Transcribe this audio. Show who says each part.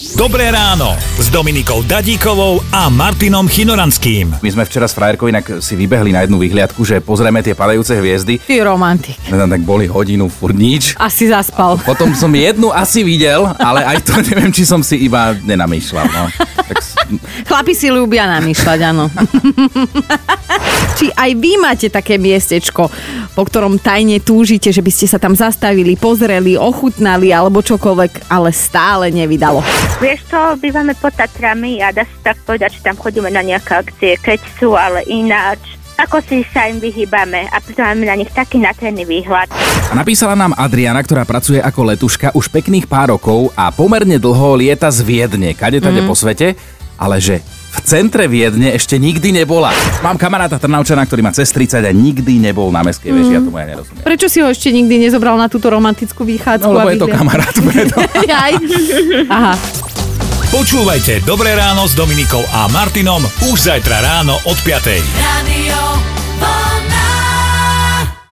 Speaker 1: Dobré ráno s Dominikou Dadíkovou a Martinom Chinoranským.
Speaker 2: My sme včera s frajerkou inak si vybehli na jednu vyhliadku, že pozrieme tie padajúce hviezdy.
Speaker 3: Ty romantik.
Speaker 2: Sme tam tak boli hodinu furt nič.
Speaker 3: Asi zaspal.
Speaker 2: Potom som jednu asi videl, ale aj to neviem, či som si iba nenamýšľal. No. Tak s-
Speaker 3: Chlapi si ľúbia namýšľať, áno. Či aj vy máte také miestečko, po ktorom tajne túžite, že by ste sa tam zastavili, pozreli, ochutnali alebo čokoľvek, ale stále nevydalo.
Speaker 4: Vieš to, bývame pod Tatrami a dá sa tak povedať, že tam chodíme na nejaké akcie, keď sú, ale ináč. Ako si sa im vyhýbame a preto máme na nich taký natrný výhľad.
Speaker 2: A napísala nám Adriana, ktorá pracuje ako letuška už pekných pár rokov a pomerne dlho lieta z Viedne, kade tade po svete, ale že v centre Viedne ešte nikdy nebola. Mám kamaráta Trnavčana, ktorý má cez 30 a nikdy nebol na meskej veži, ja tomu ja nerozumiem.
Speaker 3: Prečo si ho ešte nikdy nezobral na túto romantickú vychádzku?
Speaker 2: No lebo
Speaker 3: a
Speaker 2: je to
Speaker 3: vyhliadku?
Speaker 2: kamarát, preto.
Speaker 3: Jaj. Aha.
Speaker 1: Počúvajte Dobré ráno s Dominikou a Martinom už zajtra ráno od 5.
Speaker 5: Radio